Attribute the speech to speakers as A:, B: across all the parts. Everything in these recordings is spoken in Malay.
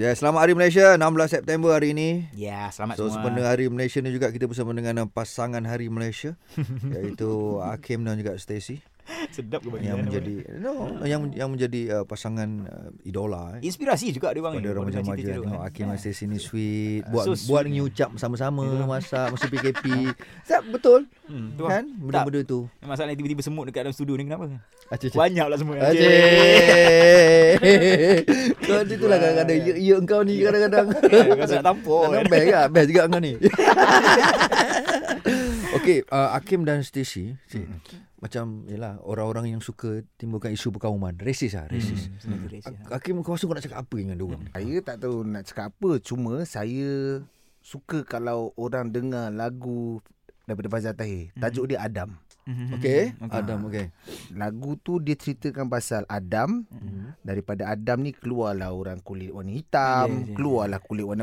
A: Ya, yeah, selamat Hari Malaysia 16 September hari ini.
B: Ya, selamat
A: So
B: semua.
A: sempena Hari Malaysia ni juga kita bersama dengan uh, pasangan Hari Malaysia iaitu uh, Hakim dan juga Stacy
B: sedap ke bagi
A: yang
B: anda,
A: menjadi no yang yang menjadi uh, pasangan uh, idola
B: Bang?
A: eh.
B: inspirasi juga dia bang.
A: Pada orang remaja tengok Hakim dan Stacy ni sweet
B: Ah,
A: buat
B: eh. so
A: buat ni
B: sweet.
A: ucap sama-sama masak masa PKP. Sat, betul
B: Hmm, tu kan?
A: kan benda-benda tu.
B: Masalahnya tiba-tiba semut dekat dalam studio ni kenapa?
A: Acik
B: Banyak pula semut.
A: Acik Kau macam tu lah kadang-kadang Ya, ya engkau ni kadang-kadang
B: Kau nak tampol.
A: Kadang best kan Best juga engkau ni Okay uh, Hakim dan Stacey Cik, Macam Yelah Orang-orang yang suka Timbulkan isu perkauman Resis lah Resis
B: Acik.
A: Hakim kau rasa kau nak cakap apa dengan diorang ni
C: Saya tak tahu nak cakap apa Cuma saya suka kalau orang dengar lagu daripada Fazal Tahir
B: Mhm.
C: Tajuk dia Adam
A: Okay Adam okay
C: Lagu tu dia ceritakan pasal Adam Daripada Adam ni keluarlah orang kulit warna hitam
B: Yes, yes.
C: Keluarlah kulit warna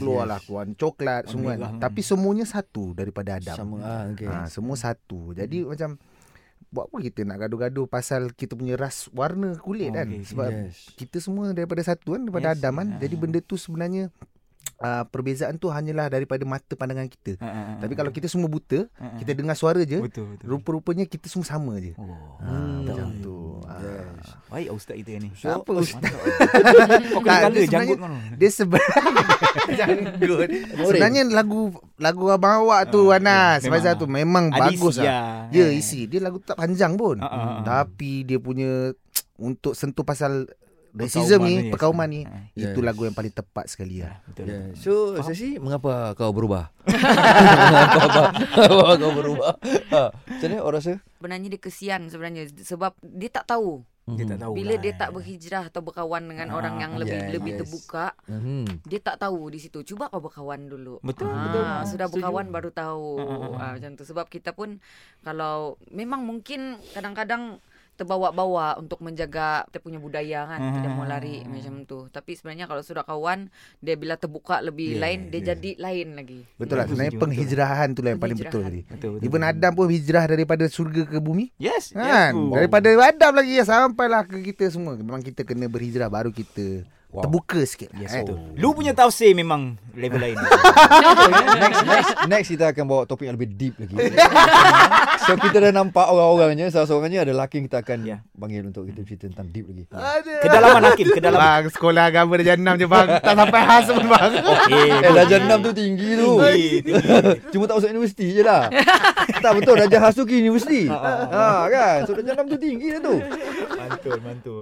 A: Yes,
C: Keluarlah warna coklat
B: Warna
C: semua kan.
B: merah.
C: Tapi semuanya satu daripada Adam
A: Sama ah, okay.
C: ha, Semua
B: Mhm.
C: satu Jadi macam Buat apa kita nak gaduh-gaduh pasal kita punya ras warna kulit
B: Oh,
C: kan
B: okay, okay.
C: Sebab
A: Yes
C: kita semua daripada satu kan daripada
B: Yes,
C: yes, Adam kan.
B: ah.
C: Jadi benda tu sebenarnya uh, perbezaan tu hanyalah daripada mata pandangan kita.
B: Ha,
C: Tapi kalau
B: Hmm.
C: kita semua buta, kita dengar suara je,
B: betul betul.
C: rupa-rupanya kita semua sama je.
B: Oh.
C: Ha, macam tu.
B: Hmm.
C: Ha.
A: Yes
B: Baik ustaz kita ni.
C: So,
B: Apa ustaz? Mantap. Kau
C: Tak,
B: kena
C: dia
B: kala
C: sebenarnya-
B: janggut kau.
C: Dia sebenarnya janggut. Sebenarnya lagu lagu abang awak tu
B: Ah,
C: Anas
B: memang
C: Fazal
B: ah.
C: tu memang bagus lah.
B: lah.
C: Ya isi Dia lagu tak panjang pun
B: Ah, ah, ah.
C: Tapi dia punya Untuk sentuh pasal Racism
B: yes.
C: ni Perkauman ni
B: Ah,
C: Itu
A: Yes.
C: lagu yang paling tepat sekali lah
B: Betul.
A: Yeah.
B: betul.
A: So, Sasi, mengapa kau berubah? mengapa, mengapa kau berubah? Ha. Macam mana orang rasa?
D: Sebenarnya dia kesian sebenarnya sebab dia tak tahu
B: Dia tak tahu.
C: lah.
D: bila dia tak berhijrah atau berkawan dengan
B: ya. Ah,
D: orang yang lebih
A: yes,
D: lebih
A: yes.
D: terbuka,
A: Mhm.
D: dia tak tahu di situ. Cuba kau berkawan dulu.
B: Betul,
D: Ah,
B: betul.
D: Sudah
B: Setuju.
D: berkawan baru tahu.
B: Ah, ah, ah.
D: Ah, macam tu sebab kita pun kalau memang mungkin kadang-kadang terbawa-bawa untuk menjaga kita punya budaya kan
B: Ah,
D: tidak mau
B: ah, ah,
D: lari
B: ah.
D: macam tu tapi sebenarnya kalau sudah kawan dia bila terbuka lebih
C: Yeah,
D: lain dia
C: yeah.
D: jadi lain lagi
C: Betul lah
B: Aku
C: sebenarnya
B: setuju,
C: penghijrahan tu lah yang paling betul
D: Penghijrahan.
C: tadi.
B: Betul betul.
C: Even Adam pun hijrah daripada surga ke bumi.
B: Yes.
C: Kan?
B: yes.
C: Daripada Adam lagi ya, sampailah ke kita semua. Memang kita kena berhijrah baru kita
A: Wow.
C: terbuka sikit. lah,
B: Yes,
C: eh.
B: betul.
A: Oh.
B: Lu punya tafsir memang level lain.
A: next, next, next kita akan bawa topik yang lebih deep lagi. so kita dah nampak orang-orangnya, salah seorangnya ada lelaki yang kita akan
B: Ya.
A: panggil untuk kita cerita tentang deep lagi.
C: Aduh.
B: Kedalaman hakim, kedalaman.
C: Bang, sekolah agama dah jam 6 je bang. Tak sampai khas pun bang.
B: Eh,
A: Eh, darjah enam tu tinggi tu. Cuma tak masuk universiti je lah. tak ha, betul, darjah khas tu ke universiti. ha, kan? So darjah enam tu tinggi dah tu.
B: Mantul, mantul.